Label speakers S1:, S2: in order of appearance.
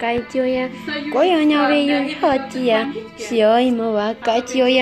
S1: 该就业，各样样的有好几呀，喜欢一么玩该就业。